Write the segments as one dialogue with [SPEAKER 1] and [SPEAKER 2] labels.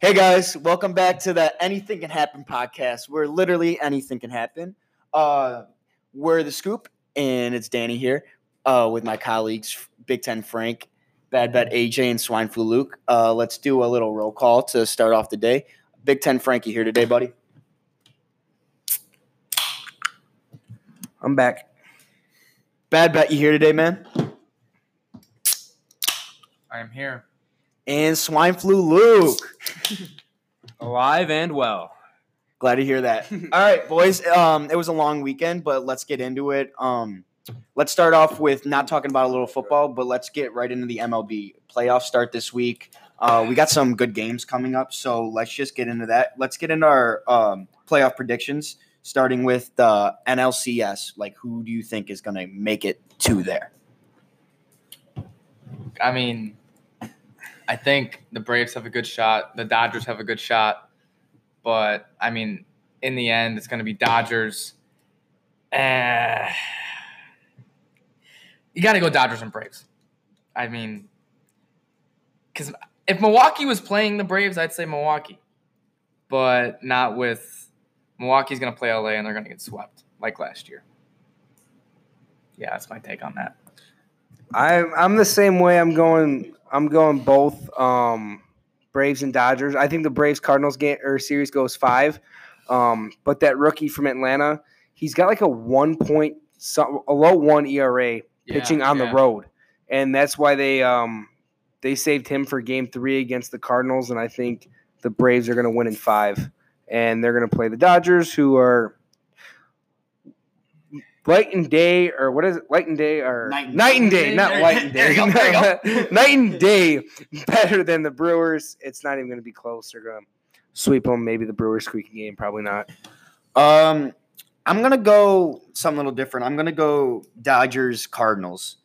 [SPEAKER 1] Hey guys, welcome back to the Anything Can Happen podcast, where literally anything can happen. Uh, we're the Scoop, and it's Danny here uh, with my colleagues Big Ten Frank, Bad Bet AJ, and Swine Flu Luke. Uh, let's do a little roll call to start off the day. Big Ten Frankie here today, buddy.
[SPEAKER 2] I'm back.
[SPEAKER 1] Bad Bet, you here today, man?
[SPEAKER 3] I am here.
[SPEAKER 1] And Swine Flu Luke.
[SPEAKER 2] Alive and well.
[SPEAKER 1] Glad to hear that. All right, boys. Um, it was a long weekend, but let's get into it. Um, let's start off with not talking about a little football, but let's get right into the MLB playoffs start this week. Uh, we got some good games coming up, so let's just get into that. Let's get into our um, playoff predictions, starting with the NLCS. Like, who do you think is going to make it to there?
[SPEAKER 3] I mean, I think the Braves have a good shot. The Dodgers have a good shot. But, I mean, in the end, it's going to be Dodgers. Eh, you got to go Dodgers and Braves. I mean, because if Milwaukee was playing the Braves, I'd say Milwaukee. But not with Milwaukee's going to play LA and they're going to get swept like last year. Yeah, that's my take on that.
[SPEAKER 2] I'm I'm the same way. I'm going I'm going both um Braves and Dodgers. I think the Braves Cardinals game or series goes five. Um, but that rookie from Atlanta, he's got like a one point some a low one ERA
[SPEAKER 3] Yeah,
[SPEAKER 2] pitching on
[SPEAKER 3] yeah.
[SPEAKER 2] the road. And that's why they um they saved him for game three against the Cardinals, and I think the Braves are gonna win in five. And they're gonna play the Dodgers, who are light and day or what is it? Light and day or
[SPEAKER 1] Night and-
[SPEAKER 2] and day, not light and
[SPEAKER 1] There
[SPEAKER 2] day.
[SPEAKER 1] you go, there
[SPEAKER 2] night and day better than the Brewers. It's not even gonna be close. They're gonna sweep them. Maybe the Brewers squeaky game, probably not.
[SPEAKER 1] Um, I'm gonna go something a little different. I'm gonna go Dodgers Cardinals,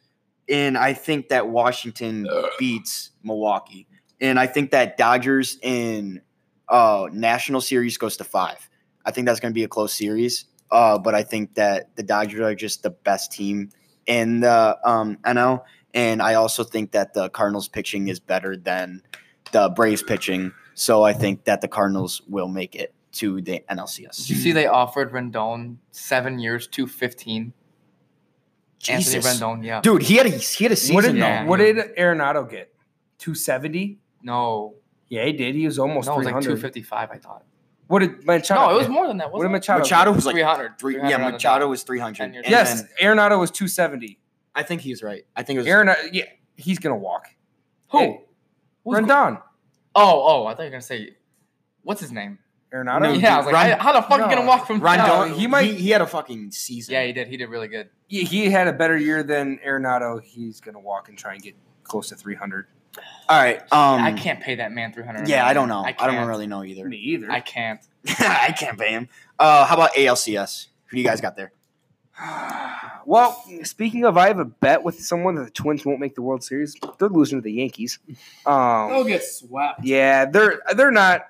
[SPEAKER 1] and I think that Washington beats Milwaukee, and I think that Dodgers in uh, National Series goes to five. I think that's gonna be a close series, uh, but I think that the Dodgers are just the best team in the um, NL, and I also think that the Cardinals pitching is better than the Braves pitching. So I think that the Cardinals will make it to the NLCS.
[SPEAKER 3] Did you see they offered Rendon seven years, two fifteen. Anthony Rendon, yeah.
[SPEAKER 1] Dude, he had a he had a season.
[SPEAKER 2] What did
[SPEAKER 3] Yeah.
[SPEAKER 2] what did Arenado get? Two seventy.
[SPEAKER 3] No,
[SPEAKER 2] Yeah, he did. He was almost
[SPEAKER 3] no, it was
[SPEAKER 2] three
[SPEAKER 3] like two
[SPEAKER 2] hundred.
[SPEAKER 3] fifty five. I thought.
[SPEAKER 2] what did Machado?
[SPEAKER 3] No, it was
[SPEAKER 2] get?
[SPEAKER 3] more than that.
[SPEAKER 2] What did
[SPEAKER 3] Wasn't it?
[SPEAKER 2] Machado?
[SPEAKER 1] Machado was like
[SPEAKER 3] 300.
[SPEAKER 1] three.
[SPEAKER 3] 300
[SPEAKER 1] Yeah,
[SPEAKER 3] on the
[SPEAKER 1] Machado
[SPEAKER 3] dot.
[SPEAKER 1] was three hundred.
[SPEAKER 3] And you're-
[SPEAKER 2] yes, Arenado was two seventy.
[SPEAKER 1] I think he's right. I think it was
[SPEAKER 2] Aaron, yeah, he's gonna walk.
[SPEAKER 3] Who?
[SPEAKER 2] Hey,
[SPEAKER 3] Who's-
[SPEAKER 2] Rendon.
[SPEAKER 3] Oh, oh, I thought you were gonna say, what's his name?
[SPEAKER 2] Arenado.
[SPEAKER 1] No,
[SPEAKER 3] yeah, I was like,
[SPEAKER 1] Ron-
[SPEAKER 3] I- how the fuck you
[SPEAKER 2] no,
[SPEAKER 3] gonna walk from
[SPEAKER 1] Rondon.
[SPEAKER 2] No,
[SPEAKER 1] Um, he
[SPEAKER 2] he
[SPEAKER 1] might.
[SPEAKER 2] might-
[SPEAKER 1] He, had a fucking season.
[SPEAKER 3] Yeah, he did. He did really good.
[SPEAKER 2] he, he had a better year than Arenado. He's gonna walk and try and get close to three hundred.
[SPEAKER 1] All right. Um.
[SPEAKER 3] I can't pay that man three hundred.
[SPEAKER 1] Yeah, I don't know. I,
[SPEAKER 3] I,
[SPEAKER 1] don't
[SPEAKER 3] can't.
[SPEAKER 1] really know either.
[SPEAKER 2] either.
[SPEAKER 3] I can't.
[SPEAKER 1] I can't pay him. Uh, how about ALCS? Who do you guys got there?
[SPEAKER 2] well, speaking of, I have a bet with someone that the Twins won't make the World Series. They're losing to the Yankees. Um,
[SPEAKER 3] get swept.
[SPEAKER 2] Yeah, they're they're not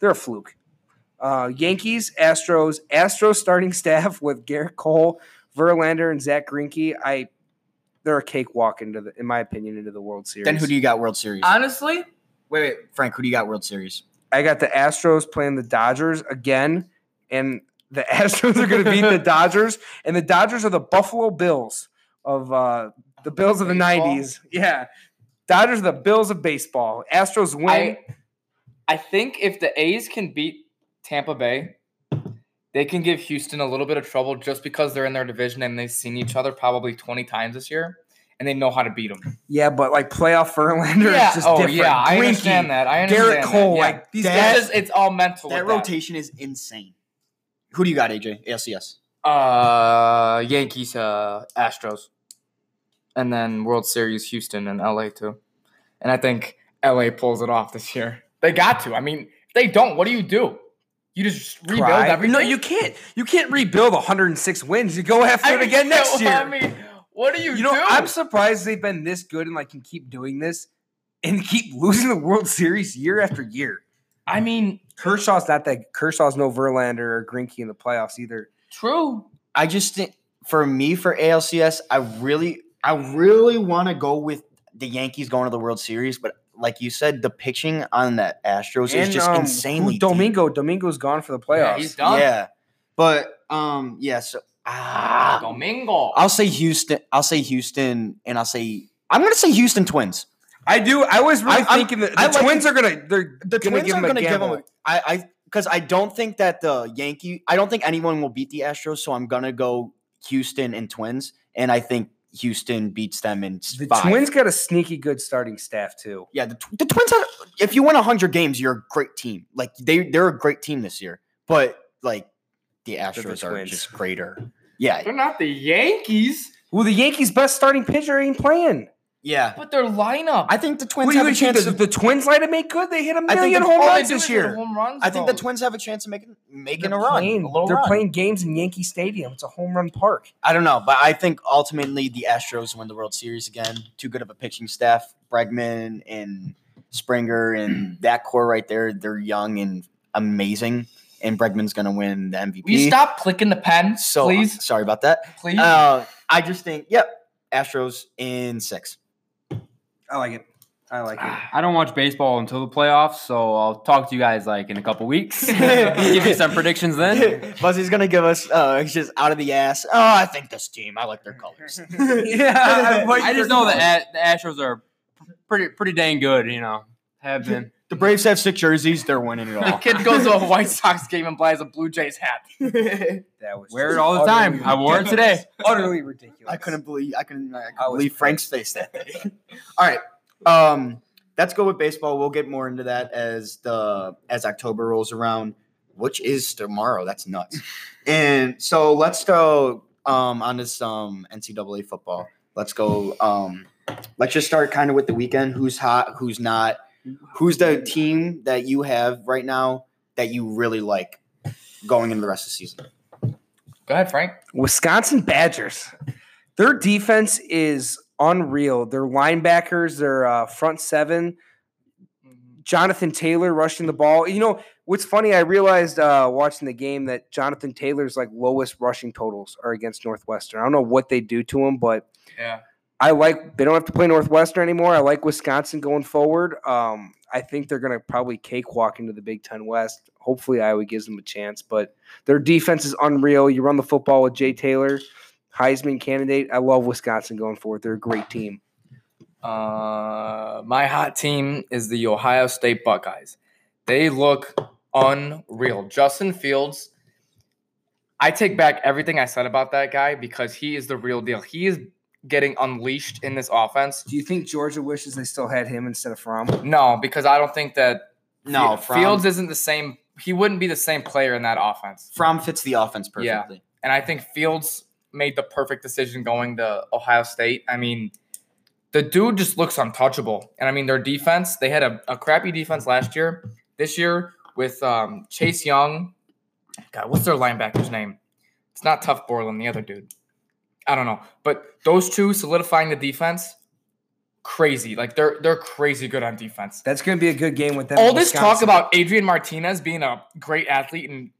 [SPEAKER 2] they're a fluke. Uh, Yankees, Astros, Astros starting staff with Garrett Cole, Verlander, and Zach Greinke. I they're a cakewalk into the, in my opinion, into the World Series.
[SPEAKER 1] Then who do you got World Series?
[SPEAKER 3] Honestly,
[SPEAKER 1] wait, wait, Frank. Who do you got World Series?
[SPEAKER 2] I got the Astros playing the Dodgers again, and the Astros are going to beat the Dodgers, and the Dodgers are the Buffalo Bills of uh, the Bills of the
[SPEAKER 3] Baseball?
[SPEAKER 2] '90s. Yeah, Dodgers are the Bills of baseball. Astros win.
[SPEAKER 3] I, I think if the A's can beat Tampa Bay, they can give Houston a little bit of trouble just because they're in their division and they've seen each other probably 20 times this year and they know how to beat them.
[SPEAKER 2] yeah, but like playoff Verlander
[SPEAKER 3] yeah.
[SPEAKER 2] is just
[SPEAKER 3] oh,
[SPEAKER 2] different.
[SPEAKER 3] yeah. I
[SPEAKER 2] Greinke,
[SPEAKER 3] understand that. I understand
[SPEAKER 2] Garrett Cole,
[SPEAKER 3] That. Yeah.
[SPEAKER 2] like these
[SPEAKER 1] That-
[SPEAKER 3] it's,
[SPEAKER 2] guys.
[SPEAKER 3] just, it's all mental.
[SPEAKER 1] That
[SPEAKER 3] with
[SPEAKER 1] rotation is insane. Who do you got, AJ? ALCS.
[SPEAKER 3] Uh, Yankees, uh, Astros. And then World Series, Houston and LA too. And I think LA pulls it off this year. They got to. I mean, if they don't. What do you do? You just rebuild
[SPEAKER 2] Cry.
[SPEAKER 3] everything.
[SPEAKER 2] No, you can't. You can't rebuild 106 wins. You go after it again next
[SPEAKER 3] so,
[SPEAKER 2] year.
[SPEAKER 3] I mean, what do you,
[SPEAKER 2] you know,
[SPEAKER 3] do?
[SPEAKER 2] I'm surprised they've been this good and like can keep doing this and keep losing the World Series year after year.
[SPEAKER 3] I mean,
[SPEAKER 2] Kershaw's not that. Kershaw's no Verlander or Grinke in the playoffs either.
[SPEAKER 3] true.
[SPEAKER 1] I just think for me for ALCS, I really I really want to go with the Yankees going to the World Series, but like you said, the pitching on that Astros
[SPEAKER 2] And,
[SPEAKER 1] is just
[SPEAKER 2] um,
[SPEAKER 1] insanely deep.
[SPEAKER 2] Domingo. Domingo's gone for the
[SPEAKER 3] Yeah,
[SPEAKER 2] playoffs.
[SPEAKER 3] he's done.
[SPEAKER 1] Yeah, but um, yeah. So ah,
[SPEAKER 3] Domingo.
[SPEAKER 1] I'll say Houston. I'll say Houston, and I'll say I'm gonna say Houston Twins.
[SPEAKER 2] I do. I was really
[SPEAKER 1] I- I'm-
[SPEAKER 2] thinking that the
[SPEAKER 1] I like
[SPEAKER 2] Twins are gonna. They're
[SPEAKER 1] The
[SPEAKER 2] gonna
[SPEAKER 1] Twins
[SPEAKER 2] give
[SPEAKER 1] are
[SPEAKER 2] him a
[SPEAKER 1] gonna give
[SPEAKER 2] gamble.
[SPEAKER 1] them. I I because I don't think that the Yankee. I don't think anyone will beat the Astros. So I'm gonna go Houston and Twins, and I think Houston beats them in
[SPEAKER 2] the
[SPEAKER 1] five.
[SPEAKER 2] Twins got a sneaky good starting staff too.
[SPEAKER 1] Yeah, the, tw- the Twins. Are, if you win hundred games, you're a great team. Like they they're a great team this year, but like the
[SPEAKER 2] the
[SPEAKER 1] Astros are
[SPEAKER 2] Twins.
[SPEAKER 1] just greater. Yeah,
[SPEAKER 3] They're not the Yankees,
[SPEAKER 2] Well, the Yankees' best starting pitcher ain't playing.
[SPEAKER 1] yeah.
[SPEAKER 3] but their lineup.
[SPEAKER 1] I think the Twins
[SPEAKER 2] What do you
[SPEAKER 1] have a
[SPEAKER 2] think?
[SPEAKER 1] chance.
[SPEAKER 2] The,
[SPEAKER 1] Of,
[SPEAKER 2] the Twins light him make good. They hit a
[SPEAKER 1] I think
[SPEAKER 2] million
[SPEAKER 1] the-
[SPEAKER 2] home
[SPEAKER 1] all they
[SPEAKER 2] runs
[SPEAKER 1] do
[SPEAKER 2] this
[SPEAKER 1] is
[SPEAKER 2] year.
[SPEAKER 1] hit
[SPEAKER 3] Home runs,
[SPEAKER 1] I think the
[SPEAKER 3] though.
[SPEAKER 1] Twins have a chance of making making
[SPEAKER 2] They're,
[SPEAKER 1] a run.
[SPEAKER 2] playing,
[SPEAKER 1] a little
[SPEAKER 2] they're
[SPEAKER 1] run.
[SPEAKER 2] playing games in Yankee Stadium. It's a home run park.
[SPEAKER 1] I don't know, but I think ultimately the Astros win the World Series again. Too good of a pitching staff. Bregman and Springer and that core right there. They're young and amazing, and Bregman's gonna win the MVP.
[SPEAKER 3] Will you stop clicking the pen,
[SPEAKER 1] So
[SPEAKER 3] please?
[SPEAKER 1] sorry about that.
[SPEAKER 3] Please.
[SPEAKER 1] Uh, I just think, yep, Astros in six.
[SPEAKER 2] I like it. I like it.
[SPEAKER 4] I don't watch baseball until the playoffs, so I'll talk to you guys like in a couple weeks. Give you some predictions then.
[SPEAKER 1] Buzzy's gonna give us uh, it's just out of the ass. Oh, I think this team. I like their colors.
[SPEAKER 2] yeah, like
[SPEAKER 4] I just
[SPEAKER 2] your
[SPEAKER 4] know the,
[SPEAKER 2] colors.
[SPEAKER 4] A- the Astros are pretty pretty dang good. You know, have been.
[SPEAKER 1] The Braves have six jerseys. They're winning it
[SPEAKER 3] the kid goes to a White Sox game and buys a Blue Jays hat.
[SPEAKER 2] That was
[SPEAKER 4] Wear it
[SPEAKER 2] just
[SPEAKER 4] all the time.
[SPEAKER 2] utterly
[SPEAKER 4] I wore it today.
[SPEAKER 2] ridiculous. Utterly ridiculous.
[SPEAKER 1] I couldn't believe. I couldn't. I couldn't
[SPEAKER 2] I was
[SPEAKER 1] believe Frank's face that day. All right. Um, let's go with baseball. We'll get more into that as the as October rolls around, which is tomorrow. That's nuts. and so let's go um, on this um, NCAA football. Let's go. Um, let's just start kind of with the weekend. Who's hot? Who's not? Who's the team that you have right now that you really like going into the rest of the season?
[SPEAKER 3] Go ahead, Frank.
[SPEAKER 2] Wisconsin Badgers. Their defense is unreal. Their linebackers, their uh, front seven, Jonathan Taylor rushing the ball. You know what's funny? I realized uh, watching the game that Jonathan Taylor's like lowest rushing totals are against Northwestern. I don't know what they do to him, but
[SPEAKER 3] Yeah.
[SPEAKER 2] I like they don't have to play Northwestern anymore. I like Wisconsin going forward. Um, I think they're going to probably cakewalk into the Big Ten West. Hopefully, Iowa gives them a chance, but their defense is unreal. You run the football with Jay Taylor, Heisman candidate. I love Wisconsin going forward. They're a great team.
[SPEAKER 3] Uh, my hot team is the Ohio State Buckeyes. They look unreal. Justin Fields. I take back everything I said about that guy because he is the real deal. He is getting unleashed in this offense.
[SPEAKER 2] Do you think Georgia wishes they still had him instead of Fromm?
[SPEAKER 3] No, because I don't think that
[SPEAKER 1] No,
[SPEAKER 3] Fe-
[SPEAKER 1] Fromm,
[SPEAKER 3] Fields isn't the same. He wouldn't be the same player in that offense.
[SPEAKER 1] Fromm fits the offense
[SPEAKER 3] Yeah.
[SPEAKER 1] perfectly.
[SPEAKER 3] And I think Fields made the perfect decision going to Ohio State. I mean, the dude just looks untouchable. And I mean, their defense, they had a, a crappy defense last year. This year with um, Chase Young. God, what's their linebacker's name? It's not Tough Borland, the other dude. I don't know. But those two solidifying the defense, crazy. Like they're they're crazy good on defense.
[SPEAKER 2] That's going to be a good game with them.
[SPEAKER 3] All
[SPEAKER 2] and
[SPEAKER 3] this talk
[SPEAKER 2] Wisconsin.
[SPEAKER 3] about Adrian Martinez being a great athlete and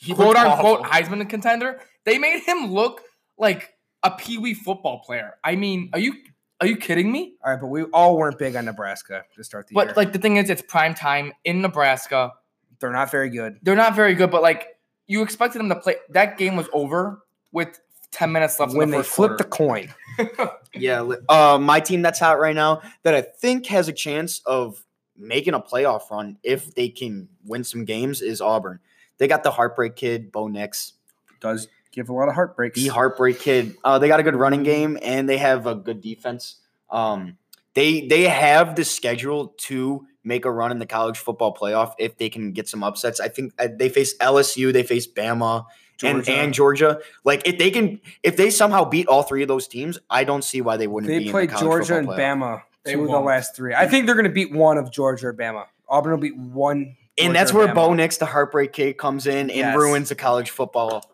[SPEAKER 4] He
[SPEAKER 3] quote
[SPEAKER 4] looked
[SPEAKER 3] unquote
[SPEAKER 4] awful.
[SPEAKER 3] Heisman contender, they made him look like a pee wee football player. I mean, are you are you kidding me?
[SPEAKER 2] All right, but we all weren't big on Nebraska to start the year.
[SPEAKER 3] But like the thing is, it's prime time in Nebraska.
[SPEAKER 2] they're not very good.
[SPEAKER 3] They're not very good, but like you expected them to play. That game was over with ten minutes left.
[SPEAKER 2] When
[SPEAKER 3] in the
[SPEAKER 2] they
[SPEAKER 3] first
[SPEAKER 2] flip the
[SPEAKER 3] quarter.
[SPEAKER 2] coin,
[SPEAKER 1] Yeah, li- uh, my team that's hot right now that I think has a chance of making a playoff run if they can win some games is Auburn. They got the heartbreak kid, Bo Nix,
[SPEAKER 2] does give a lot of heartbreaks.
[SPEAKER 1] the heartbreak kid. Uh, they got a good running game and they have a good defense. Um, they they have the schedule to make a run in the college football playoff if they can get some upsets. I think uh, they face LSU, they face Bama, and
[SPEAKER 2] Georgia.
[SPEAKER 1] and Georgia. Like if they can, if they somehow beat all three of those teams, I don't see why they wouldn't. be
[SPEAKER 2] They
[SPEAKER 1] in
[SPEAKER 2] play
[SPEAKER 1] the college
[SPEAKER 2] Georgia and
[SPEAKER 1] football playoff.
[SPEAKER 2] Bama.
[SPEAKER 3] They
[SPEAKER 2] two of the
[SPEAKER 3] won't.
[SPEAKER 2] last three. I think they're going to beat one of Georgia or Bama. Auburn will beat one. Georgia
[SPEAKER 1] and that's
[SPEAKER 2] or
[SPEAKER 1] where
[SPEAKER 2] Bama.
[SPEAKER 1] Bo Nix, the heartbreak kid, comes in and
[SPEAKER 2] Yes.
[SPEAKER 1] ruins the college football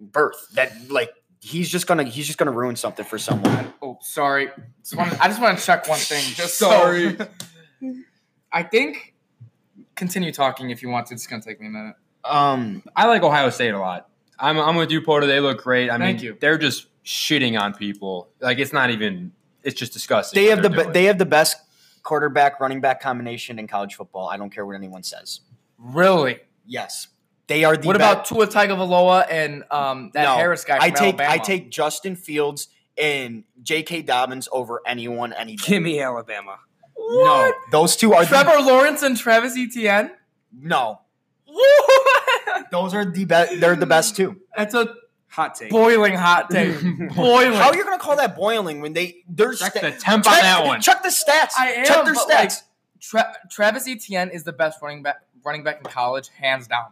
[SPEAKER 1] birth. That like he's just gonna he's just gonna ruin something for someone.
[SPEAKER 3] Oh, sorry. Just wanna- I just want to check one thing. Just so-
[SPEAKER 4] Sorry.
[SPEAKER 3] I think. Continue talking if you want to. It's gonna take me a minute.
[SPEAKER 1] Um,
[SPEAKER 4] I like Ohio State a lot. I'm, I'm with you, Porter. They look great. I
[SPEAKER 3] Thank
[SPEAKER 4] mean,
[SPEAKER 3] you.
[SPEAKER 4] they're just shitting on people. Like it's not even. It's just disgusting.
[SPEAKER 1] they
[SPEAKER 4] what
[SPEAKER 1] have the
[SPEAKER 4] they're
[SPEAKER 1] be-
[SPEAKER 4] doing.
[SPEAKER 1] they have the best quarterback running back combination in college football. I don't care what anyone says.
[SPEAKER 3] Really?
[SPEAKER 1] Yes, they are the.
[SPEAKER 3] what
[SPEAKER 1] be-
[SPEAKER 3] about Tua Tagovailoa and um, that
[SPEAKER 1] No,
[SPEAKER 3] Harris guy? From
[SPEAKER 1] I take
[SPEAKER 3] Alabama?
[SPEAKER 1] I take Justin Fields and J.K. Dobbins over anyone any day.
[SPEAKER 2] Give me Alabama.
[SPEAKER 3] what?
[SPEAKER 1] Those two are
[SPEAKER 3] Trevor Lawrence and Travis Etienne.
[SPEAKER 1] the, no.
[SPEAKER 3] What?
[SPEAKER 1] Those are the best. They're the best two.
[SPEAKER 3] That's a
[SPEAKER 2] Hot take.
[SPEAKER 3] boiling hot take. boiling.
[SPEAKER 1] How are you going to call that boiling when they there's
[SPEAKER 4] Check the temp on that one.
[SPEAKER 1] Check the stats.
[SPEAKER 3] I am,
[SPEAKER 1] check their
[SPEAKER 3] but,
[SPEAKER 1] stats.
[SPEAKER 3] like, Tra- Travis Etienne is the best running back running back in college, hands down.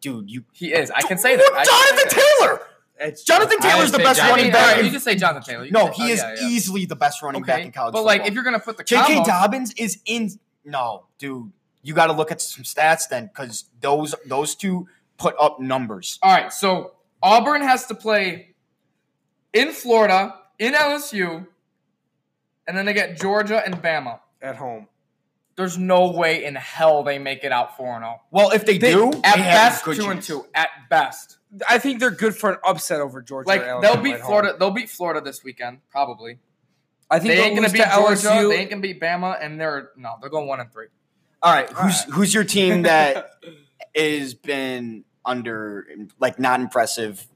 [SPEAKER 1] Dude, you
[SPEAKER 3] He is. I can say that. I can say
[SPEAKER 1] Jonathan
[SPEAKER 3] that.
[SPEAKER 1] Taylor.
[SPEAKER 2] It's
[SPEAKER 1] Jonathan Taylor's
[SPEAKER 4] would
[SPEAKER 1] the
[SPEAKER 4] say
[SPEAKER 1] best
[SPEAKER 4] Jonathan
[SPEAKER 1] running
[SPEAKER 4] Taylor.
[SPEAKER 1] back.
[SPEAKER 3] Alright,
[SPEAKER 1] in-
[SPEAKER 3] You just say Jonathan Taylor. You
[SPEAKER 1] no,
[SPEAKER 3] can say-
[SPEAKER 1] he
[SPEAKER 3] oh,
[SPEAKER 1] is
[SPEAKER 3] yeah, yeah.
[SPEAKER 1] easily the best running back in college.
[SPEAKER 3] But like,
[SPEAKER 1] football.
[SPEAKER 3] if you're gonna put the
[SPEAKER 1] J.K.
[SPEAKER 3] combos-
[SPEAKER 1] Dobbins is in. No, dude, you got to look at some stats then, because those those two put up numbers.
[SPEAKER 3] all right. So Auburn has to play in Florida, in LSU, and then they get Georgia and Bama.
[SPEAKER 2] at home.
[SPEAKER 3] There's no way in hell they make it out four and zero.
[SPEAKER 1] Well, if they, do,
[SPEAKER 3] at
[SPEAKER 1] they have
[SPEAKER 3] best
[SPEAKER 1] good
[SPEAKER 3] two and
[SPEAKER 1] chance.
[SPEAKER 3] two. At best,
[SPEAKER 2] I think they're good for an upset over Georgia. or
[SPEAKER 3] like
[SPEAKER 2] Alabama
[SPEAKER 3] they'll
[SPEAKER 2] at
[SPEAKER 3] beat
[SPEAKER 2] home.
[SPEAKER 3] Florida. They'll beat Florida this weekend probably.
[SPEAKER 2] I think
[SPEAKER 3] They
[SPEAKER 2] they'll
[SPEAKER 3] ain't gonna
[SPEAKER 2] lose
[SPEAKER 3] beat
[SPEAKER 2] to
[SPEAKER 3] Georgia.
[SPEAKER 2] LSU.
[SPEAKER 3] They ain't gonna beat Bama, and they're no, they're going one and three.
[SPEAKER 1] All right, who's who's your team that has been under like not impressive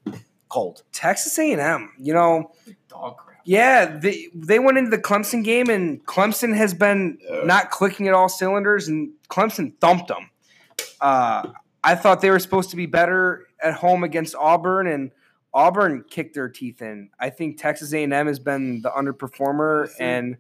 [SPEAKER 1] cold?
[SPEAKER 2] Texas A&M. You know,
[SPEAKER 3] Dog crap.
[SPEAKER 2] Yeah, they they went into the Clemson game and Clemson has been not clicking at all cylinders and Clemson thumped them. Uh, I thought they were supposed to be better at home against Auburn and Auburn kicked their teeth in. I think Texas A&M has been the underperformer and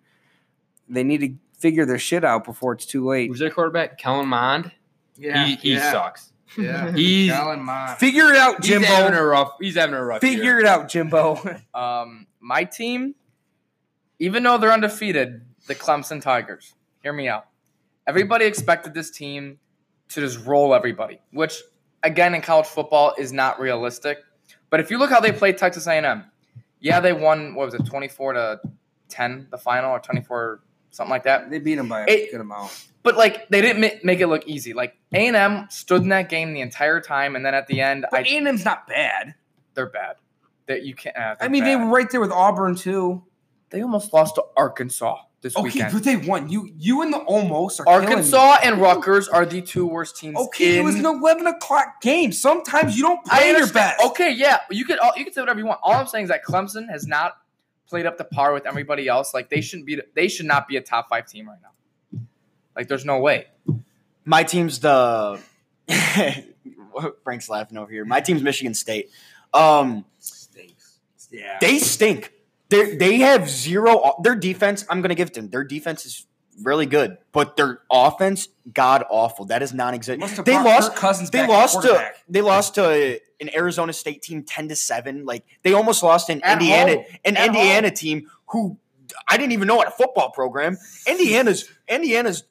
[SPEAKER 2] they need to figure their shit out before it's too late.
[SPEAKER 4] Who's their quarterback? Kellen Mond.
[SPEAKER 3] Yeah,
[SPEAKER 4] he he
[SPEAKER 3] yeah,
[SPEAKER 4] sucks.
[SPEAKER 3] yeah.
[SPEAKER 4] He's
[SPEAKER 3] Kellen Mond.
[SPEAKER 2] Figure it out,
[SPEAKER 4] he's having
[SPEAKER 2] Jimbo.
[SPEAKER 4] a rough. He's having a rough.
[SPEAKER 2] Figure
[SPEAKER 4] year.
[SPEAKER 2] it out, Jimbo.
[SPEAKER 3] Um, my team, even though they're undefeated, the Clemson Tigers. Hear me out. Everybody expected this team to just roll everybody, which again in college football is not realistic. But if you look how they played Texas A&M, yeah, they won. What was it, twenty four to ten, the final, or twenty four something like that.
[SPEAKER 2] they beat him by a
[SPEAKER 3] It-
[SPEAKER 2] good amount.
[SPEAKER 3] But like they didn't ma- make it look easy. Like A and M stood in that game the entire time, and then at the end,
[SPEAKER 2] But E
[SPEAKER 3] I,
[SPEAKER 2] A&M's not bad.
[SPEAKER 3] they're bad. That you can't. Uh,
[SPEAKER 2] I mean, they were right there with Auburn too.
[SPEAKER 3] they almost lost to Arkansas this
[SPEAKER 2] Okay,
[SPEAKER 3] weekend.
[SPEAKER 2] but they won. You you and the almost are killing me.
[SPEAKER 3] Arkansas and Rutgers are the two worst teams.
[SPEAKER 2] Okay, it was
[SPEAKER 3] in-
[SPEAKER 2] an eleven o'clock game. Sometimes you don't play your
[SPEAKER 3] understand.
[SPEAKER 2] best.
[SPEAKER 3] Okay, yeah, you could all- you could say whatever you want. All I'm saying is that Clemson has not played up to par with everybody else. Like they shouldn't be. They should not be a top five team right now. Like there's no way.
[SPEAKER 1] My team's the Frank's laughing over here. My team's Michigan State. Um,
[SPEAKER 2] Stinks. Yeah.
[SPEAKER 1] they stink. They they have zero. Their defense. I'm gonna give it to them. Their defense is really good, but their offense god awful. That is
[SPEAKER 2] Must
[SPEAKER 1] non-existent.
[SPEAKER 2] have
[SPEAKER 1] They
[SPEAKER 2] brought
[SPEAKER 1] lost.
[SPEAKER 2] Kirk Cousins
[SPEAKER 1] They
[SPEAKER 2] back
[SPEAKER 1] lost
[SPEAKER 2] at
[SPEAKER 1] to
[SPEAKER 2] quarterback.
[SPEAKER 1] they lost to an Arizona State team ten to seven. Like they almost lost an
[SPEAKER 3] At
[SPEAKER 1] Indiana
[SPEAKER 3] home.
[SPEAKER 1] an
[SPEAKER 3] At
[SPEAKER 1] Indiana team who I didn't even know had a football program. Indiana's Indiana's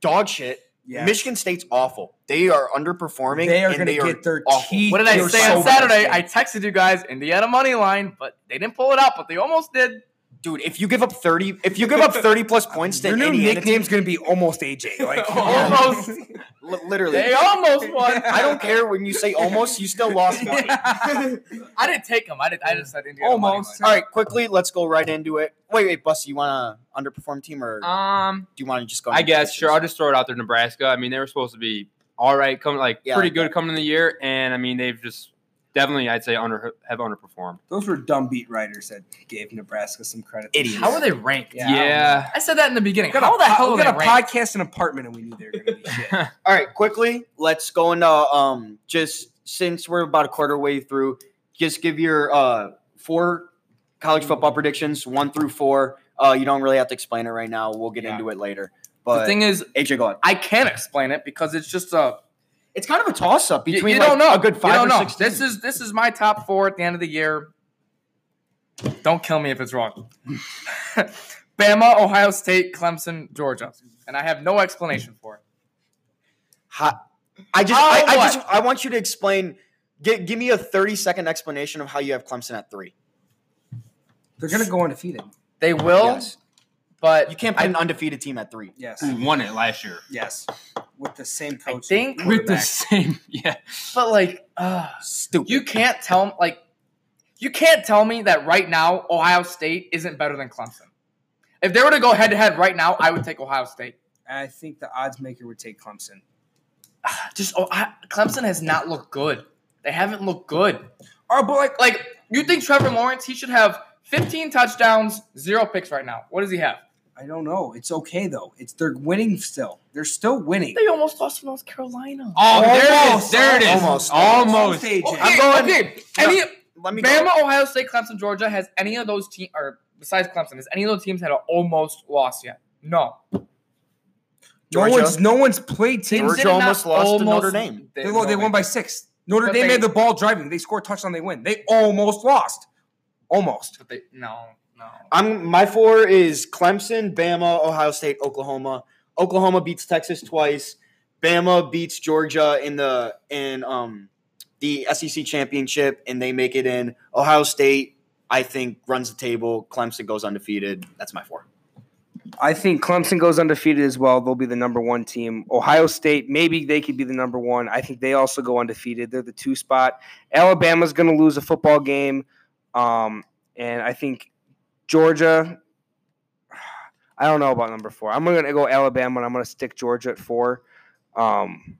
[SPEAKER 1] dog shit.
[SPEAKER 2] Yeah.
[SPEAKER 1] Michigan State's awful. They are underperforming.
[SPEAKER 2] They are
[SPEAKER 1] and
[SPEAKER 2] gonna
[SPEAKER 1] they
[SPEAKER 2] get their
[SPEAKER 1] awful.
[SPEAKER 2] teeth
[SPEAKER 3] What did I
[SPEAKER 2] They were
[SPEAKER 3] say
[SPEAKER 2] so
[SPEAKER 3] on
[SPEAKER 2] bad.
[SPEAKER 3] Saturday? I texted you guys Indiana money line, but they didn't pull it out, but they almost did.
[SPEAKER 1] Dude, if you give up thirty, if you give up thirty plus points to
[SPEAKER 2] Your new
[SPEAKER 1] Indiana, team,
[SPEAKER 2] nickname's gonna be almost AJ. Like
[SPEAKER 3] almost.
[SPEAKER 1] li- literally,
[SPEAKER 3] They almost won.
[SPEAKER 1] I don't care when you say almost, you still lost money.
[SPEAKER 3] I didn't take them. I did. I just said Indiana
[SPEAKER 2] Almost.
[SPEAKER 3] Money line.
[SPEAKER 1] All right, quickly, let's go right into it. Wait, wait, Bussy, you want to underperform team or
[SPEAKER 4] Um,
[SPEAKER 1] do you want to just go?
[SPEAKER 4] I
[SPEAKER 1] into
[SPEAKER 4] guess sure. I'll
[SPEAKER 1] predictions?
[SPEAKER 4] just throw it out there. Nebraska. I mean, they were supposed to be all right, coming like
[SPEAKER 1] Yeah,
[SPEAKER 4] pretty
[SPEAKER 1] like
[SPEAKER 4] good coming in the year, and I mean they've just definitely I'd say under have underperformed.
[SPEAKER 2] those were dumb beat writers that gave Nebraska some credit. this
[SPEAKER 1] Idiots.
[SPEAKER 2] year.
[SPEAKER 3] How are they ranked?
[SPEAKER 2] Yeah.
[SPEAKER 3] I said that in the beginning.
[SPEAKER 2] We got a
[SPEAKER 3] How the
[SPEAKER 2] po-
[SPEAKER 3] hell
[SPEAKER 2] we
[SPEAKER 3] are they
[SPEAKER 2] got a
[SPEAKER 3] ranked?
[SPEAKER 2] podcast and apartment, and we knew they were gonna be shit.
[SPEAKER 1] All right, quickly, let's go into um just since we're about a quarter way through, just give your uh four college
[SPEAKER 3] Mm.
[SPEAKER 1] football predictions, one through four. Uh, you don't really have to explain it right now. We'll get
[SPEAKER 4] Yeah.
[SPEAKER 1] into it later. But
[SPEAKER 3] the thing is,
[SPEAKER 1] AJ, go on.
[SPEAKER 3] I can't explain it because it's just uh, a
[SPEAKER 1] It's kind of a toss up
[SPEAKER 3] you-
[SPEAKER 1] between
[SPEAKER 3] you
[SPEAKER 1] like,
[SPEAKER 3] don't know
[SPEAKER 1] a good five
[SPEAKER 3] You don't
[SPEAKER 1] or
[SPEAKER 3] know.
[SPEAKER 1] six.
[SPEAKER 3] This is this is my top four at the end of the year. Don't kill me if it's wrong. Bama, Ohio State, Clemson, Georgia, and I have no explanation for it.
[SPEAKER 1] Ho- I just,
[SPEAKER 3] How
[SPEAKER 1] I, I
[SPEAKER 3] Oh, what?
[SPEAKER 1] just, I want you to explain. Give, give me a thirty second explanation of how you have Clemson at three.
[SPEAKER 2] They're gonna go undefeated.
[SPEAKER 3] They will,
[SPEAKER 1] Yes.
[SPEAKER 3] but
[SPEAKER 1] You can't put an undefeated team at three.
[SPEAKER 2] Yes.
[SPEAKER 4] Who won it last year
[SPEAKER 2] Yes. With the same
[SPEAKER 3] I
[SPEAKER 2] coach.
[SPEAKER 3] think-
[SPEAKER 2] and
[SPEAKER 4] with the
[SPEAKER 2] quarterback.
[SPEAKER 4] same? Yeah,
[SPEAKER 3] But like, uh,
[SPEAKER 1] Stupid.
[SPEAKER 3] you can't tell like, you can't tell me that right now Ohio State isn't better than Clemson. If they were to go head to head right now, I would take Ohio State.
[SPEAKER 2] I think the odds maker would take Clemson.
[SPEAKER 3] Just oh, I, Clemson has not looked good. They haven't looked good.
[SPEAKER 2] Oh, but like,
[SPEAKER 3] Like you think Trevor Lawrence, he should have 15 touchdowns, zero picks right now. What does he have?
[SPEAKER 2] I don't know. It's okay though. It's they're winning still. They're still winning.
[SPEAKER 3] They almost lost to North Carolina.
[SPEAKER 4] Oh, there it
[SPEAKER 2] Almost.
[SPEAKER 4] is. There it is.
[SPEAKER 1] Almost.
[SPEAKER 4] Almost.
[SPEAKER 2] Almost, AJ.
[SPEAKER 3] Okay,
[SPEAKER 1] I'm going-
[SPEAKER 3] okay. Any
[SPEAKER 1] Let me go.
[SPEAKER 3] Bama, Ohio State, Clemson, Georgia has any of those teams or besides Clemson, has any of those teams had an almost loss yet? No.
[SPEAKER 1] Georgia.
[SPEAKER 2] No one's no one's played
[SPEAKER 3] They
[SPEAKER 2] teams.
[SPEAKER 1] Georgia
[SPEAKER 3] did not
[SPEAKER 1] almost lost to Notre Dame.
[SPEAKER 2] They, lo- they won by six. Notre
[SPEAKER 3] But
[SPEAKER 2] Dame
[SPEAKER 3] they-
[SPEAKER 2] had the ball driving. They scored a touchdown. They win. They almost lost. Almost.
[SPEAKER 3] But they, no, no.
[SPEAKER 1] I'm my four is Clemson, Bama, Ohio State, Oklahoma. Oklahoma beats Texas twice. Bama beats Georgia in the in um the SEC championship, and they make it in. Ohio State, I think, runs the table. Clemson goes undefeated. That's my four.
[SPEAKER 2] I think Clemson goes undefeated as well. They'll be the number one team. Ohio State, maybe they could be the number one. I think they also go undefeated. They're the two spot. Alabama's going to lose a football game. Um, and I think Georgia, I don't know about number four. I'm going to go Alabama and I'm going to stick Georgia at four. Um,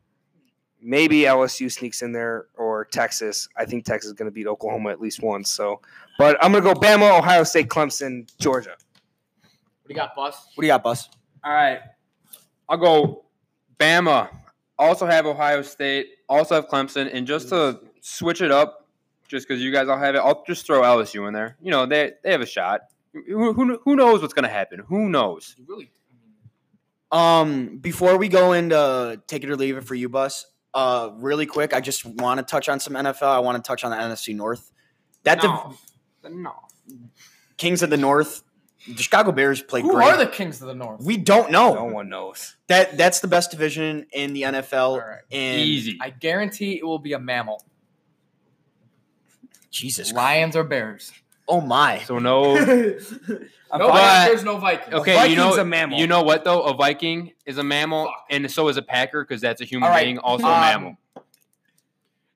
[SPEAKER 2] maybe LSU sneaks in there or Texas. I think Texas is going to beat Oklahoma at least once. So, but I'm going to go Bama, Ohio State, Clemson, Georgia.
[SPEAKER 3] What do you got, boss?
[SPEAKER 1] What do you got, Bus?
[SPEAKER 4] All right. I'll go Bama. Also have Ohio State. Also have Clemson. And just to switch it up, just because you guys all have it, I'll just throw LSU in there. You know, they, they have a shot. Who, who, who knows what's going to happen? Who knows?
[SPEAKER 3] You really
[SPEAKER 1] Um, before we go into take it or leave it for you, Bus, uh, really quick, I just want to touch on some NFL. I want to touch on the NFC North. That div-
[SPEAKER 3] no. no.
[SPEAKER 1] Kings of the North, the Chicago Bears play
[SPEAKER 3] Who
[SPEAKER 1] great.
[SPEAKER 3] are the Kings of the North?
[SPEAKER 1] we don't know.
[SPEAKER 2] No one knows.
[SPEAKER 1] That that's the best division in the
[SPEAKER 3] All
[SPEAKER 1] NFL.
[SPEAKER 3] right.
[SPEAKER 1] And
[SPEAKER 4] Easy.
[SPEAKER 3] I guarantee it will be a mammal.
[SPEAKER 1] Jesus, Christ.
[SPEAKER 3] Lions or bears.
[SPEAKER 1] oh my!
[SPEAKER 4] So no.
[SPEAKER 3] No
[SPEAKER 4] But-
[SPEAKER 3] Panthers, no Vikings.
[SPEAKER 4] Okay, you know,
[SPEAKER 2] Viking's a mammal.
[SPEAKER 4] you know what though? A Viking is a mammal,
[SPEAKER 3] Fuck.
[SPEAKER 4] and so is a Packer because that's a human
[SPEAKER 3] All right,
[SPEAKER 4] being, also
[SPEAKER 3] um,
[SPEAKER 4] a mammal.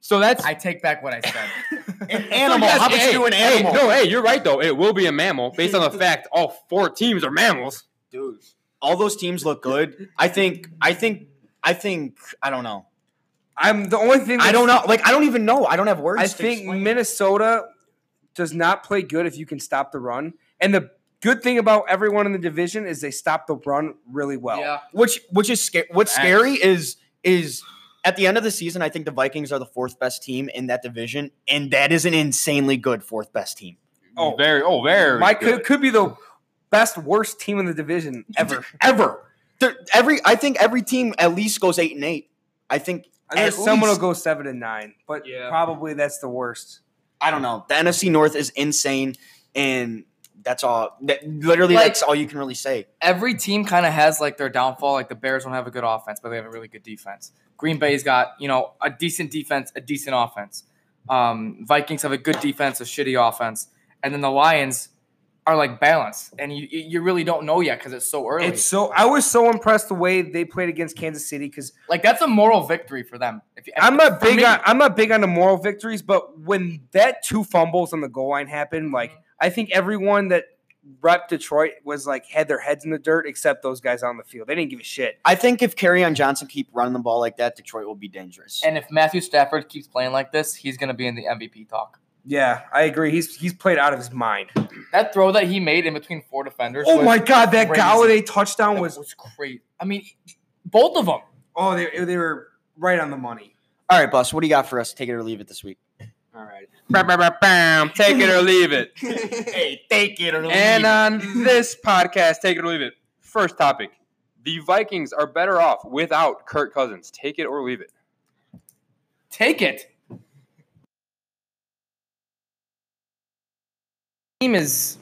[SPEAKER 4] So that's
[SPEAKER 3] I take back what I said.
[SPEAKER 1] An animal.
[SPEAKER 4] So yes,
[SPEAKER 1] How about
[SPEAKER 4] hey,
[SPEAKER 1] you, an
[SPEAKER 4] hey,
[SPEAKER 1] animal?
[SPEAKER 4] no, hey, you're right though. It will be a mammal based on the fact all four teams are mammals.
[SPEAKER 1] Dude, all those teams look good. I think. I think. I think. I don't know.
[SPEAKER 2] I'm the only thing.
[SPEAKER 1] I
[SPEAKER 2] that's-
[SPEAKER 1] don't know. Like I don't even know. I don't have words.
[SPEAKER 2] I
[SPEAKER 1] to
[SPEAKER 2] think
[SPEAKER 1] explain.
[SPEAKER 2] Minnesota does not play good if you can stop the run. And the good thing about everyone in the division is they stop the run really well.
[SPEAKER 3] yeah.
[SPEAKER 1] which which is scary. What's
[SPEAKER 4] Facts.
[SPEAKER 1] scary is is at the end of the season, I think the Vikings are the fourth best team in that division, and that is an insanely good fourth best team.
[SPEAKER 2] Oh.
[SPEAKER 4] very, oh, very.
[SPEAKER 2] Mike
[SPEAKER 4] good.
[SPEAKER 2] could, could be the best worst team in the division ever.
[SPEAKER 1] Ever. They're, every I think every team at least goes eight and eight. I think
[SPEAKER 2] I think
[SPEAKER 1] At
[SPEAKER 2] someone
[SPEAKER 1] least.
[SPEAKER 2] will go seven and nine, but
[SPEAKER 3] Yeah.
[SPEAKER 2] probably that's the worst.
[SPEAKER 1] I don't know. The NFC North is insane, and that's all. That, literally,
[SPEAKER 3] Like-
[SPEAKER 1] that's all you can really say.
[SPEAKER 3] Every team kind of has like their downfall. Like the Bears don't have a good offense, but they have a really good defense. Green Bay's got, you know, a decent defense, a decent offense. Um, Vikings have a good defense, a shitty offense. And then the Lions are like balanced. And you you really don't know yet because it's so early.
[SPEAKER 2] It's so I was so impressed the way they played against Kansas City because
[SPEAKER 3] like that's a moral victory for them. If you,
[SPEAKER 2] I'm not
[SPEAKER 3] for
[SPEAKER 2] big
[SPEAKER 3] me,
[SPEAKER 2] on I'm not big on the moral victories, but when that two fumbles on the goal line happened, like I think everyone that rep Detroit was like had their heads in the dirt except those guys on the field. They didn't give a shit.
[SPEAKER 1] I think if Carry on Johnson keep running the ball like that, Detroit will be dangerous.
[SPEAKER 3] And if Matthew Stafford keeps playing like this, he's going to be in the MVP talk.
[SPEAKER 2] Yeah, I agree. He's he's played out of his mind.
[SPEAKER 3] That throw that he made in between four defenders.
[SPEAKER 2] Oh
[SPEAKER 3] was-
[SPEAKER 2] my god, that
[SPEAKER 3] crazy.
[SPEAKER 2] Galladay touchdown
[SPEAKER 3] that
[SPEAKER 2] was
[SPEAKER 3] was great. I mean, both of them.
[SPEAKER 2] oh they they were right on the money.
[SPEAKER 1] all right, Bus, what do you got for us? Take it or leave it this week.
[SPEAKER 2] All right.
[SPEAKER 4] Bam, bam, bam, bam. Take it or leave it.
[SPEAKER 1] hey, take it or
[SPEAKER 4] and
[SPEAKER 3] uh,
[SPEAKER 4] on this podcast, take it or leave it. First topic: the Vikings are better off without Kirk Cousins. Take it or leave it.
[SPEAKER 3] Take it. Team is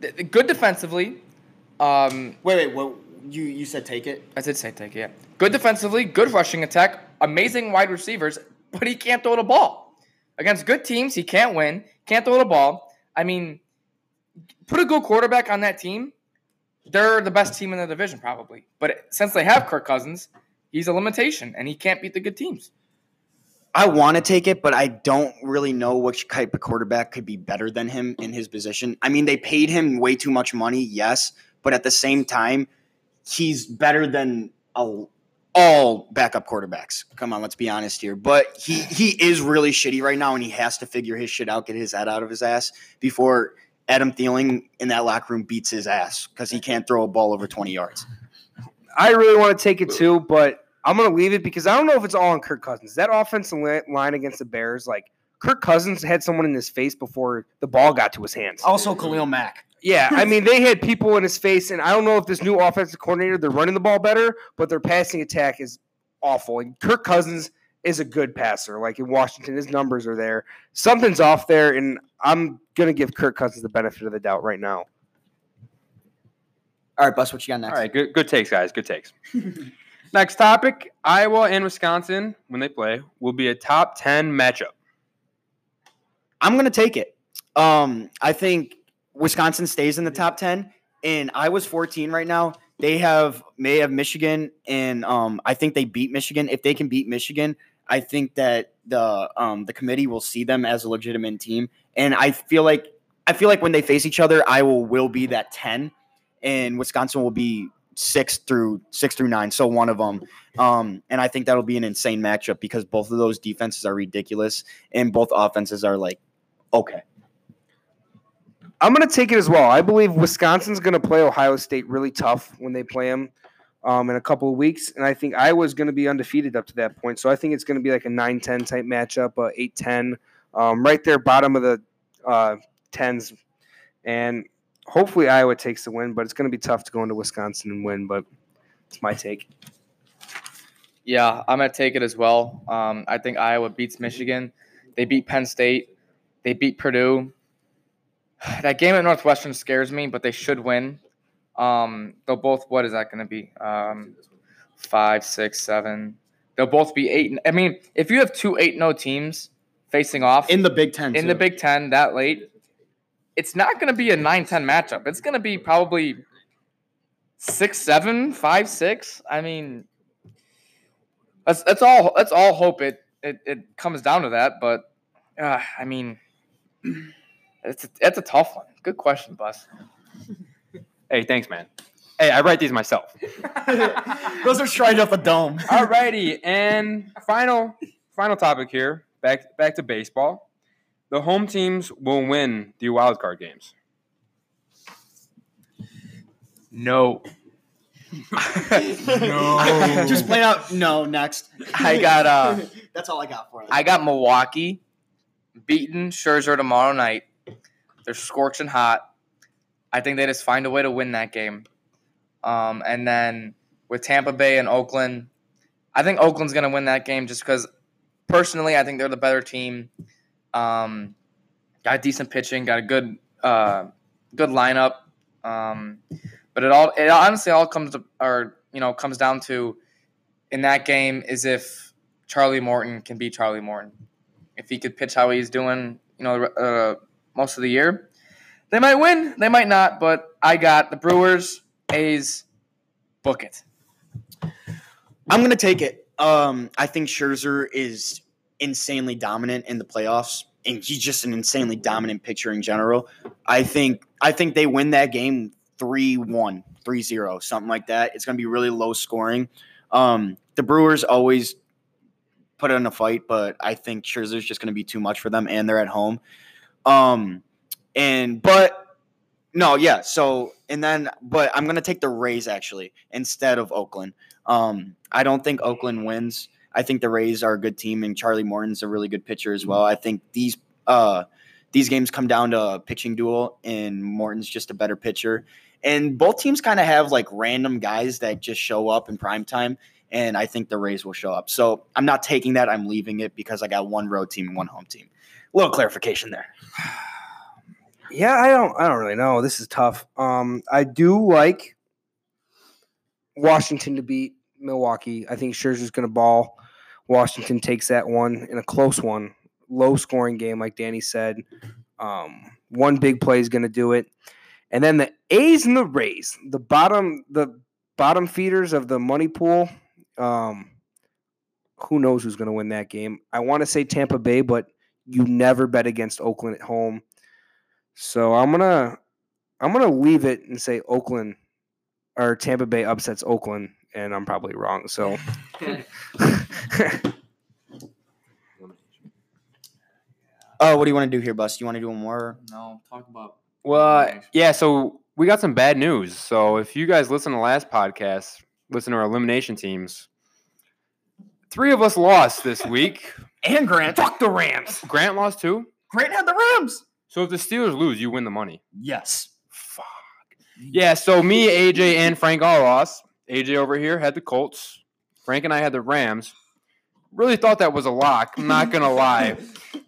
[SPEAKER 3] th- th- good defensively. Um,
[SPEAKER 1] Wait, wait. What you you said? Take it.
[SPEAKER 3] I did say take it. Yeah. Good defensively, good rushing attack, amazing wide receivers, but he can't throw the ball. Against good teams, he can't win, can't throw the ball. I mean, put a good quarterback on that team, they're the best team in the division probably. But since they have Kirk Cousins, he's a limitation and he can't beat the good teams.
[SPEAKER 1] I want to take it, but I don't really know which type of quarterback could be better than him in his position. I mean, they paid him way too much money, yes, but at the same time, he's better than a, all backup quarterbacks. Come on, let's be honest here. But he he is really shitty right now, and he has to figure his shit out, get his head out of his ass before Adam Thielen in that locker room beats his ass because he can't throw a ball over twenty yards.
[SPEAKER 2] I really want to take it too, but I'm going to leave it because I don't know if it's all on Kirk Cousins. That offensive li- line against the Bears, like Kirk Cousins had someone in his face before the ball got to his hands.
[SPEAKER 1] Also, Khalil Mack.
[SPEAKER 2] Yeah, I mean they had people in his face, and I don't know if this new offensive coordinator they're running the ball better, but their passing attack is awful. And Kirk Cousins is a good passer. Like in Washington, his numbers are there. Something's off there, and I'm gonna give Kirk Cousins the benefit of the doubt right now.
[SPEAKER 1] All right, Bus, what you got
[SPEAKER 4] All
[SPEAKER 1] next?
[SPEAKER 4] right, good good takes, guys. Good takes. Next topic: Iowa and Wisconsin, when they play, will be a top ten matchup.
[SPEAKER 1] I'm gonna take it. Um, I think Wisconsin stays in the top ten, and Iowa's 14 right now. They have may have Michigan, and um, I think they beat Michigan. If they can beat Michigan, I think that the um, the committee will see them as a legitimate team, and I feel like I feel like when they face each other, Iowa will be that 10, and Wisconsin will be six through six through nine, so one of them. Um, and I think that'll be an insane matchup because both of those defenses are ridiculous, and both offenses are like okay.
[SPEAKER 2] I'm going to take it as well. I believe Wisconsin's going to play Ohio State really tough when they play them um, in a couple of weeks. And I think Iowa's going to be undefeated up to that point. So I think it's going to be like a 9 10 type matchup, uh, 8 10, um, right there, bottom of the uh, 10s. And hopefully Iowa takes the win, but it's going to be tough to go into Wisconsin and win. But it's my take.
[SPEAKER 3] Yeah, I'm gonna take it as well. Um, I think Iowa beats Michigan. They beat Penn State. They beat Purdue. That game at Northwestern scares me, but they should win. Um, they'll both. What is that gonna be? Um, five, six, seven. They'll both be eight. and- I mean, if you have two eight no teams facing off
[SPEAKER 1] In the Big Ten,
[SPEAKER 3] in the
[SPEAKER 1] too.
[SPEAKER 3] Big Ten that late, it's not going to be a 9 10 matchup. It's going to be probably 6 7, 5 6. I mean, let's, let's, all, let's all hope it, it, it comes down to that. But uh, I mean, it's a, it's a tough one. Good question, Bus.
[SPEAKER 4] Hey, thanks, man. Hey, I write these myself.
[SPEAKER 1] Those are straight off the dome.
[SPEAKER 4] Alrighty, and final final topic here. Back back to baseball. The home teams will win the wild card games.
[SPEAKER 3] No.
[SPEAKER 4] No.
[SPEAKER 1] Just play out. No, next.
[SPEAKER 3] I got, uh,
[SPEAKER 1] That's all I got for it.
[SPEAKER 3] I got Milwaukee beating Scherzer tomorrow night. They're scorching hot. I think they just find a way to win that game. Um, and then with Tampa Bay and Oakland, I think Oakland's going to win that game just because personally, I think they're the better team. Um, got decent pitching, got a good uh, good lineup. Um, but it all it honestly all comes to, or you know comes down to in that game is if Charlie Morton can be Charlie Morton. If he could pitch how he's doing, you know, uh, most of the year, they might win. They might not. But I got the Brewers, A's, book it.
[SPEAKER 1] I'm gonna take it. Um, I think Scherzer is insanely dominant in the playoffs, and he's just an insanely dominant pitcher in general. I think I think they win that game 3-1, 3-0, something like that. It's gonna be really low scoring. Um, the Brewers always put in a fight, but I think Scherzer's just gonna be too much for them, and they're at home. Um, and but no, yeah. So and then, but I'm gonna take the Rays actually instead of Oakland. Um, I don't think Oakland wins. I think the Rays are a good team, and Charlie Morton's a really good pitcher as well. I think these uh, these games come down to a pitching duel, and Morton's just a better pitcher. And both teams kind of have like random guys that just show up in prime time, and I think the Rays will show up. So I'm not taking that. I'm leaving it because I got one road team and one home team. Little clarification there.
[SPEAKER 2] Yeah, I don't I don't really know. This is tough. Um I do like Washington to beat Milwaukee. I think Scherzer's going to ball. Washington takes that one in a close one, low scoring game like Danny said. Um one big play is going to do it. And then the A's and the Rays, the bottom the bottom feeders of the money pool. Um who knows who's going to win that game? I want to say Tampa Bay, but you never bet against Oakland at home. So I'm gonna I'm gonna leave it and say Oakland or Tampa Bay upsets Oakland, and I'm probably wrong. So
[SPEAKER 1] Oh, what do you want to do here, Bus? You want to do more?
[SPEAKER 5] No, talk about.
[SPEAKER 4] Well, uh, yeah. So we got some bad news. So if you guys listen to the last podcast, listen to our elimination teams. Three of us lost this week.
[SPEAKER 1] And Grant.
[SPEAKER 4] Fuck the Rams. Grant lost too.
[SPEAKER 1] Grant had the Rams.
[SPEAKER 4] So if the Steelers lose, you win the money.
[SPEAKER 1] Yes.
[SPEAKER 4] Fuck. Yeah. So me, AJ, and Frank all lost. AJ over here had the Colts. Frank and I had the Rams. Really thought that was a lock. I'm not gonna lie.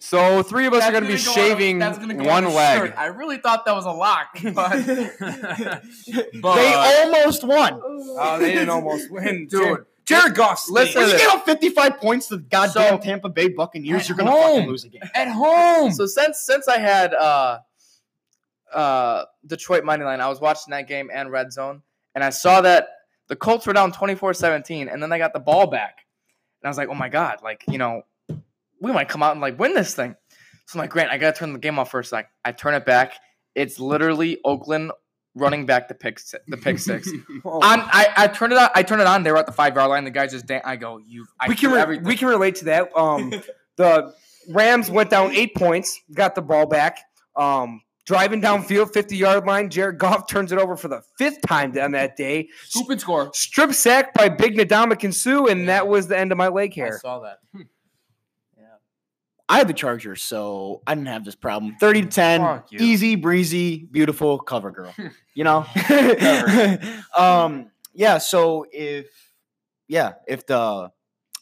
[SPEAKER 4] So three of us are gonna, be shaving one leg.
[SPEAKER 5] I really thought that was a lock, but, but
[SPEAKER 1] they almost won.
[SPEAKER 2] oh, they didn't almost win,
[SPEAKER 5] Dude,
[SPEAKER 2] Jared Goff.
[SPEAKER 1] If
[SPEAKER 5] Listen
[SPEAKER 1] you
[SPEAKER 5] to
[SPEAKER 1] give up 55 points to the goddamn
[SPEAKER 5] So-
[SPEAKER 1] Tampa Bay Buccaneers,
[SPEAKER 5] At
[SPEAKER 1] you're going to
[SPEAKER 5] home.
[SPEAKER 1] fucking lose again.
[SPEAKER 5] at home.
[SPEAKER 3] So since since I had uh, uh, Detroit money line, I was watching that game and Red Zone, and I saw that the Colts were down 24-17, and then they got the ball back, and I was like, oh my god, like you know, we might come out and like win this thing. So I'm like, Grant, I gotta turn the game off for a sec. I turn it back. It's literally Oakland running back the pick si- the pick six.
[SPEAKER 2] Oh
[SPEAKER 3] on, I, I turned it on. I turned it on. They were at the five yard line. The guy just dan- I go, you. I
[SPEAKER 2] we can
[SPEAKER 3] do
[SPEAKER 2] re-
[SPEAKER 3] everything.
[SPEAKER 2] we can relate to that. Um, the Rams went down eight points, got the ball back. Um, driving downfield, fifty yard line. Jared Goff turns it over for the fifth time on that day.
[SPEAKER 5] Stupid score.
[SPEAKER 2] Strip sack by Big Nadamik and Sue, and that was the end of my leg
[SPEAKER 5] I
[SPEAKER 2] hair.
[SPEAKER 5] saw that.
[SPEAKER 1] I had the Chargers, so I didn't have this problem. 30 to 10,
[SPEAKER 4] Fuck you.
[SPEAKER 1] easy, breezy, beautiful cover girl. You know? um, yeah, so if yeah, if the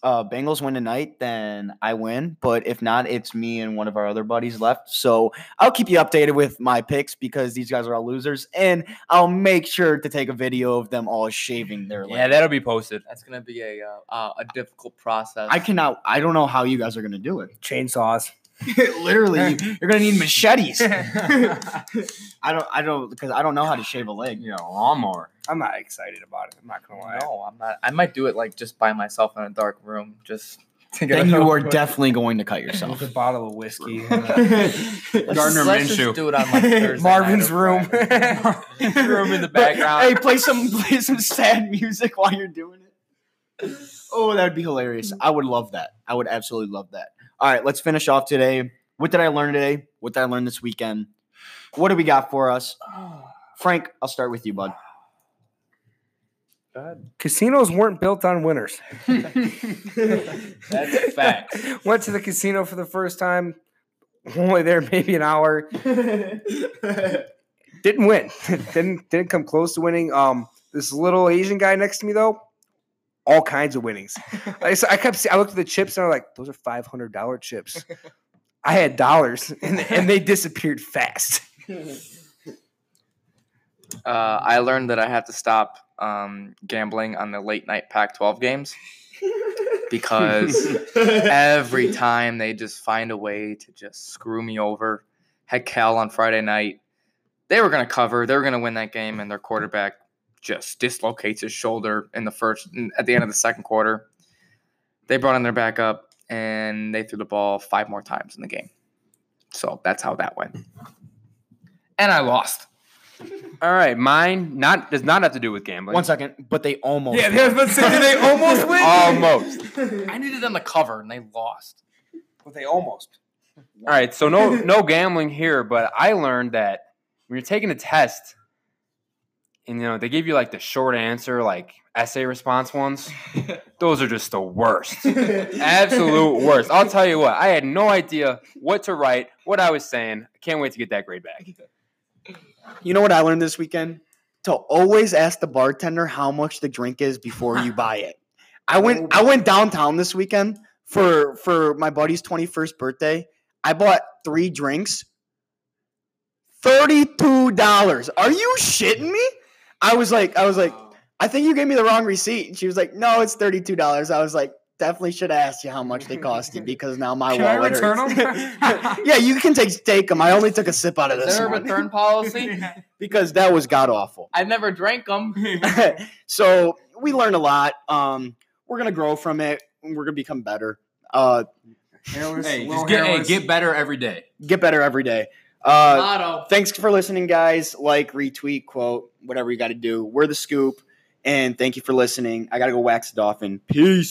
[SPEAKER 1] uh, Bengals win tonight, then I win. But if not, it's me and one of our other buddies left. So I'll keep you updated with my picks because these guys are all losers, and I'll make sure to take a video of them all shaving their.
[SPEAKER 4] Yeah,
[SPEAKER 1] legs.
[SPEAKER 4] that'll be posted.
[SPEAKER 3] That's gonna be a uh, uh, a difficult process.
[SPEAKER 1] I cannot. I don't know how you guys are gonna do it.
[SPEAKER 2] Chainsaws.
[SPEAKER 1] Literally, you're gonna need machetes. I don't. I don't because I don't know how to shave a leg.
[SPEAKER 4] Yeah, lawnmower.
[SPEAKER 2] I'm not excited about it. I'm not gonna lie.
[SPEAKER 3] No, I'm not. I might do it like just by myself in a dark room, just to get
[SPEAKER 1] Then
[SPEAKER 3] it
[SPEAKER 1] you
[SPEAKER 3] over
[SPEAKER 1] are
[SPEAKER 3] with.
[SPEAKER 1] definitely going to cut
[SPEAKER 2] With
[SPEAKER 1] yourself.
[SPEAKER 2] a bottle of whiskey.
[SPEAKER 3] Let's
[SPEAKER 4] Gardner
[SPEAKER 3] just- let's just
[SPEAKER 4] Minshew.
[SPEAKER 3] do it on like Thursday
[SPEAKER 2] Marvin's
[SPEAKER 3] night or
[SPEAKER 2] room.
[SPEAKER 3] Friday.
[SPEAKER 4] Room in the
[SPEAKER 1] Hey,
[SPEAKER 4] background.
[SPEAKER 1] play some play some sad music while you're doing it. Oh, that would be hilarious. I would love that. I would absolutely love that. All right, let's finish off today. What did I learn today? What did I learn this weekend? What do we got for us? Frank, I'll start with you, bud.
[SPEAKER 2] Casinos weren't built on winners.
[SPEAKER 4] That's facts.
[SPEAKER 2] Went to the casino for the first time. Only there maybe an hour. Didn't win. didn't didn't come close to winning. Um, this little Asian guy next to me though, all kinds of winnings. I, so I kept. See, I looked at the chips and I'm like, those are five hundred dollar chips. I had dollars and, and they disappeared fast.
[SPEAKER 3] Uh, I learned that I have to stop um, gambling on the late night Pac-12 games because every time they just find a way to just screw me over. Heck, Cal on Friday night, they were gonna cover, they were gonna win that game, and their quarterback just dislocates his shoulder in the first at the end of the second quarter. They brought in their backup and they threw the ball five more times in the game. So that's how that went. And I lost.
[SPEAKER 4] All right, mine not does not have to do with gambling.
[SPEAKER 1] One second, but they almost.
[SPEAKER 2] let's say they almost win.
[SPEAKER 4] Almost.
[SPEAKER 3] I needed them to cover, and they lost.
[SPEAKER 2] but they almost.
[SPEAKER 4] All right, so no no gambling here, but I learned that when you're taking a test, and you know they give you like the short answer, like essay response ones. Those are just the worst, absolute worst. I'll tell you what, I had no idea what to write, what I was saying. I can't wait to get that grade back.
[SPEAKER 1] You know what I learned this weekend? To always ask the bartender how much the drink is before you buy it. I went I went downtown this weekend for for my buddy's 21st birthday. I bought 3 drinks. $32. Are you shitting me? I was like I was like I think you gave me the wrong receipt. And she was like, "No, it's $32." I was like, "Definitely should have asked you how much they cost you because now my
[SPEAKER 4] Can I
[SPEAKER 1] wallet
[SPEAKER 4] return
[SPEAKER 1] hurts." yeah, you can take take them. I only took a sip out of
[SPEAKER 3] Is
[SPEAKER 1] this
[SPEAKER 3] there a
[SPEAKER 1] one
[SPEAKER 3] return policy?
[SPEAKER 1] because that was god awful.
[SPEAKER 3] I never drank them.
[SPEAKER 1] so we learned a lot. Um, we're gonna grow from it. and We're gonna become better. Uh,
[SPEAKER 2] Hairless,
[SPEAKER 4] Hey,
[SPEAKER 2] little
[SPEAKER 4] just get hey,
[SPEAKER 2] hairless.
[SPEAKER 4] get better every day.
[SPEAKER 1] get better every day. Uh,
[SPEAKER 6] Motto.
[SPEAKER 1] thanks for listening, guys. Like, retweet, quote, whatever you got to do. We're the scoop. And thank you for listening. I got to go wax a dolphin. Peace.